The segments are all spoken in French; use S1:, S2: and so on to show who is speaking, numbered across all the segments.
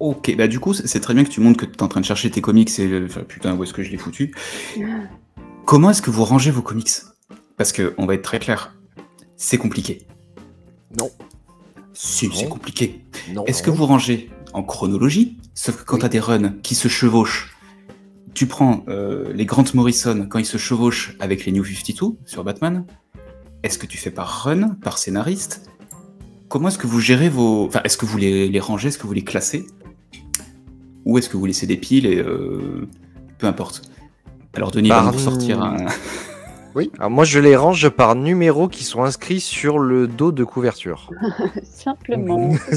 S1: Ok, bah du coup, c'est c'est très bien que tu montres que tu es en train de chercher tes comics et euh, enfin, putain, où est-ce que je l'ai foutu. Comment est-ce que vous rangez vos comics Parce que on va être très clair, c'est compliqué.
S2: Non.
S1: Si,
S2: Non.
S1: c'est compliqué.
S2: Non.
S1: Est-ce que vous rangez en chronologie Sauf que quand
S2: Oui.
S1: t'as des runs qui se chevauchent, tu prends euh, les Grant Morrison quand ils se chevauchent avec les New 52 sur Batman. Est-ce que tu fais par run, par scénariste Comment est-ce que vous gérez vos... Enfin, est-ce que vous les, les rangez Est-ce que vous les classez Ou est-ce que vous laissez des piles et... euh, Peu importe. Alors Denis va
S3: Bah,
S2: Par-
S1: nous
S3: euh,
S1: sortir un...
S2: Oui. Alors moi, je les range par numéros qui sont inscrits sur le dos de couverture.
S4: Simplement.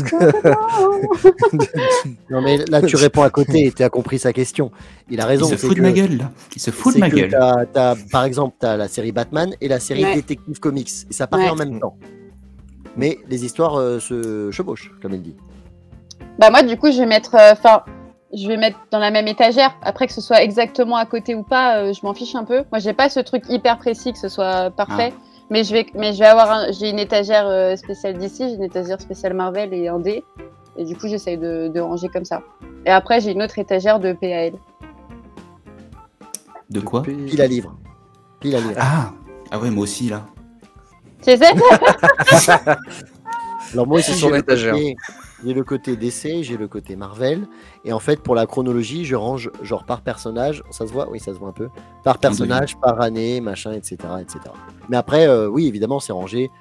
S3: Non, mais là, tu réponds à côté et tu as compris sa question. Il a
S1: Il
S3: raison.
S1: se
S3: c'est
S1: fout de
S3: que-
S1: ma gueule, là. Il se fout de
S3: c'est
S1: ma
S3: que
S1: gueule.
S3: t'as- t'as- par exemple, tu as la série Batman et la série
S4: Ouais.
S3: Détective Comics. Et ça paraît
S4: Ouais.
S3: en même temps. Mais les histoires euh, se chevauchent, comme elle dit.
S4: Bah moi du coup je vais mettre, euh, enfin je vais mettre dans la même étagère. Après que ce soit exactement à côté ou pas, euh, je m'en fiche un peu. Moi j'ai pas ce truc hyper précis que ce soit parfait,
S3: Ah.
S4: mais je vais, mais je vais avoir, un- j'ai une étagère euh, spéciale DC, j'ai une étagère spéciale Marvel et un D. Et du coup j'essaye de, de ranger comme ça. Et après j'ai une autre étagère de PAL.
S1: De quoi
S3: Pile à livre. Pile à livre.
S1: Ah Ah ouais, moi aussi, là.
S4: C'est ça
S3: Alors moi aussi,
S2: C'est son
S3: j'ai le,
S2: étagère.
S3: côté- j'ai le côté DC, j'ai le côté Marvel. Et en fait, pour la chronologie, je range genre par personnage. Ça se voit Oui, ça se voit un peu. Par personnage, par année, machin, etc. etc. Mais après, euh, oui, évidemment, c'est rangé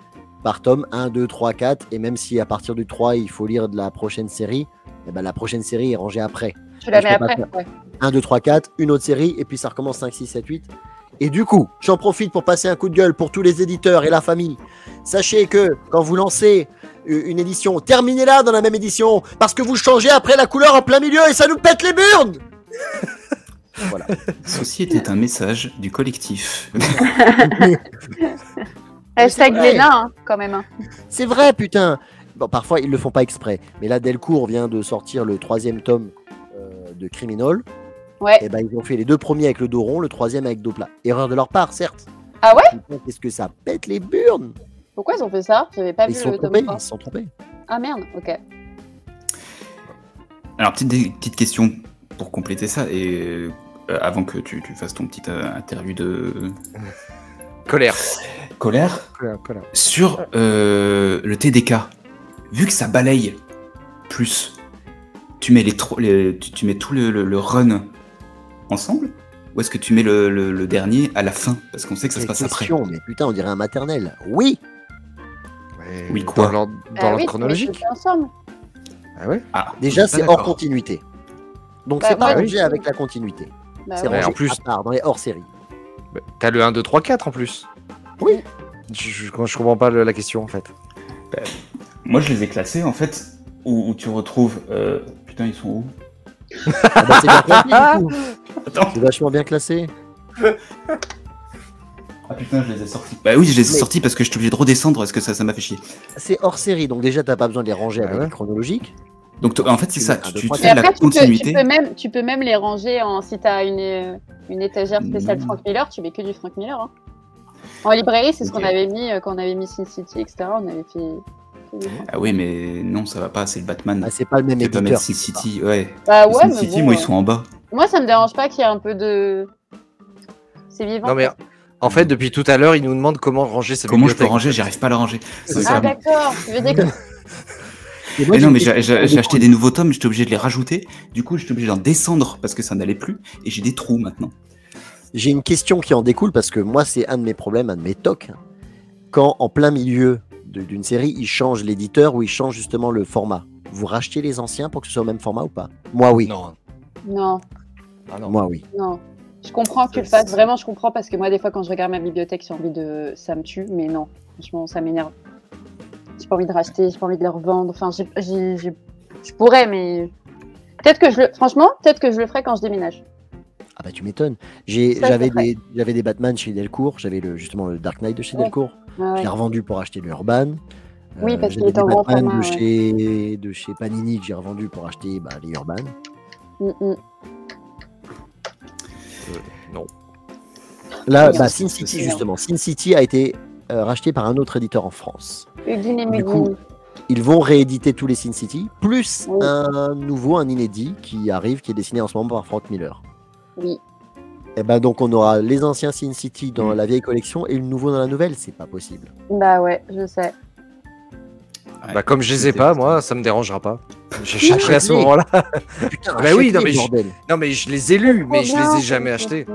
S3: par tome 1, 2, 3, 4. Et même si à partir du 3, il faut lire de la prochaine série, eh ben, la prochaine série est rangée après.
S4: Tu la
S3: Ah, Je
S4: mets
S3: peux pas
S4: après. ouais.
S3: 1, 2, 3, 4, une autre série, et puis ça recommence 5, 6, 7, 8. Et du coup, j'en profite pour passer un coup de gueule pour tous les éditeurs et la famille. Sachez que quand vous lancez u- une édition, terminez-la dans la même édition, parce que vous changez après la couleur en plein milieu et ça nous pète les burnes
S1: Ceci était un message du collectif.
S3: Mais
S4: Hashtag
S3: c'est vrai.
S4: Léna hein, quand même. hein.
S3: C'est vrai, putain Bon, parfois, ils le font pas exprès. Mais là, Delcourt vient de sortir le troisième tome euh, de Criminal.
S4: Ouais.
S3: Et ben, ils ont fait les deux premiers avec le dos rond, le troisième avec dos plat. Erreur de leur part, certes.
S4: Ah ouais
S3: Putain, Qu'est-ce que ça pète les burnes
S4: Pourquoi ils ont fait ça J'avais pas
S3: Ils
S4: vu
S3: sont
S4: le tome
S3: trompés,
S4: trois.
S3: ils se sont trompés.
S4: Ah merde. Ok.
S1: Alors, petite, dé- petite question pour compléter ça, et euh, avant que tu, tu fasses ton petit euh, interview de
S2: Colère.
S1: colère,
S3: Voilà, voilà.
S1: sur euh, le TDK, vu que ça balaye plus, tu mets, les tro- les- tu, tu mets tout le, le- le run ensemble ou est-ce que tu mets le, le- le dernier à la fin Parce qu'on sait que ça se
S3: Quelle
S1: passe après.
S3: question, mais putain, on dirait un maternel. Oui,
S2: Ouais,
S1: Oui, quoi
S2: Dans l'ordre dans
S4: Bah
S2: l'ordre
S4: oui, tu mets
S2: chronologique.
S4: tout ensemble.
S2: Ah ouais.
S1: Ah,
S3: déjà
S1: on est pas
S3: c'est hors
S1: d'accord.
S3: continuité. Donc
S4: Bah,
S3: c'est pas
S4: moi,
S3: rangé
S4: je-
S3: avec la continuité.
S4: Bah
S3: c'est
S4: ouais.
S2: vrai.
S3: rangé
S2: En plus-
S3: à part dans les hors séries.
S2: Bah, T'as le 1, 2, 3, 4 en plus.
S3: Oui.
S2: Je, je- quand je comprends pas le- la question en fait.
S1: Moi, je les ai classés en fait, où, où tu retrouves. euh, Putain, ils sont où
S3: Ah bah, c'est bien classé, du coup.
S1: Attends.
S3: C'est vachement bien classé.
S1: Ah putain, je les ai sortis. Bah oui, je les ai
S3: Mais-
S1: sortis parce que je suis obligé de redescendre parce que ça ça m'a fait chier.
S3: C'est hors série, donc déjà t'as pas besoin de les ranger
S1: Bah
S2: Ah
S3: avec
S2: ouais.
S3: les chronologiques.
S1: Donc t- en fait, c'est
S3: Tu
S1: ça,
S3: mets un,
S1: tu,
S3: deux,
S1: tu
S3: trois,
S1: fais
S4: Mais
S3: quatre.
S1: la
S4: après, tu peux, tu,
S1: continuité.
S4: peux même, tu peux même les ranger en. Si tu as une, euh, une étagère spéciale
S1: Non.
S4: Frank Miller, tu mets que du Frank Miller. hein. En librairie, c'est ce
S1: Ok.
S4: qu'on avait mis euh, quand on avait mis Sin City, etc. On avait fait. que du Frank-
S1: Ah oui, mais non, ça va pas, c'est le Batman.
S3: Ah, c'est pas le même
S1: Tu peux pas
S3: éditeur.
S1: mettre Sin City, ouais.
S4: Bah
S1: Les
S4: ouais,
S1: Sin
S4: mais
S1: City,
S4: bon,
S1: moi,
S4: euh,
S1: ils sont en bas.
S4: moi, ça me dérange pas qu'il y ait un peu de. C'est vivant.
S2: Non mais
S4: quoi.
S2: en fait depuis tout à l'heure il nous demande comment ranger sa
S1: Comment je peux
S2: bibliothèque.
S1: ranger J'arrive pas à la ranger.
S2: C'est
S4: Ah,
S2: ça.
S1: Sincèrement.
S4: d'accord. Tu veux dire que.
S3: Et moi,
S1: Mais non, mais
S3: j'ai-
S1: j'ai j'ai- j'ai acheté des nouveaux tomes, j'étais obligé de les rajouter. Du coup, j'étais obligé d'en descendre parce que ça n'allait plus. Et j'ai des trous maintenant.
S3: J'ai une question qui en découle parce que moi, c'est un de mes problèmes, un de mes tocs. Quand en plein milieu de- d'une série, ils changent l'éditeur ou ils changent justement le format, vous rachetez les anciens pour que ce soit au même format ou pas Moi, oui.
S2: Non.
S4: Non,
S2: Ah, non.
S3: Moi, oui.
S4: non. Je comprends que tu le fasses. Vraiment, je comprends parce que moi, des fois, quand je regarde ma bibliothèque, j'ai envie de. Ça me tue, mais non. Franchement, ça m'énerve. J'ai pas envie de racheter, j'ai pas envie de les revendre. Enfin, j'ai, j'ai- j'ai- je pourrais, mais. Peut-être que je le. Franchement, peut-être que je le ferai quand je déménage.
S3: Ah bah tu m'étonnes. J'ai-
S4: Ça, c'est
S3: J'avais
S4: vrai.
S3: des, j'avais des Batman chez Delcourt, j'avais le, justement le Dark Knight de chez
S4: Ouais.
S3: Delcourt.
S4: Ouais,
S3: Je
S4: ouais.
S3: l'ai revendu pour acheter le Urban.
S4: Oui, parce qu'il
S3: j'avais
S4: est en
S3: des
S4: grand
S3: Batman
S4: format,
S3: de,
S4: ouais.
S3: chez, de chez Panini que j'ai revendu pour acheter bah, les Urban.
S4: Mm, mm.
S3: Là,
S4: Oui,
S3: bah,
S4: on
S1: sait
S3: Sin
S1: ce que
S3: City,
S4: c'est.
S3: justement. Sin City a été euh, racheté par un autre éditeur en France.
S4: Udine et
S3: Du coup,
S4: Mugine.
S3: Ils vont rééditer tous les Sin City, plus un nouveau, un inédit qui arrive, qui est dessiné en ce moment par Frank Miller.
S4: Oui.
S3: Et ben donc on aura les anciens Sin City dans
S1: Mm.
S3: la vieille collection et le nouveau dans la nouvelle, c'est pas possible.
S4: Bah ouais, je sais.
S1: Ouais.
S2: Bah, comme je les ai
S1: C'était-
S2: pas, moi, ça me dérangera pas. Je
S3: Oui,
S2: chercherai à ce
S3: oui.
S2: moment-là.
S3: Putain,
S2: Bah oui,
S3: achète-les,
S2: non, mais je-
S3: bordel.
S2: Non, mais je les ai lus, mais je les ai jamais achetés.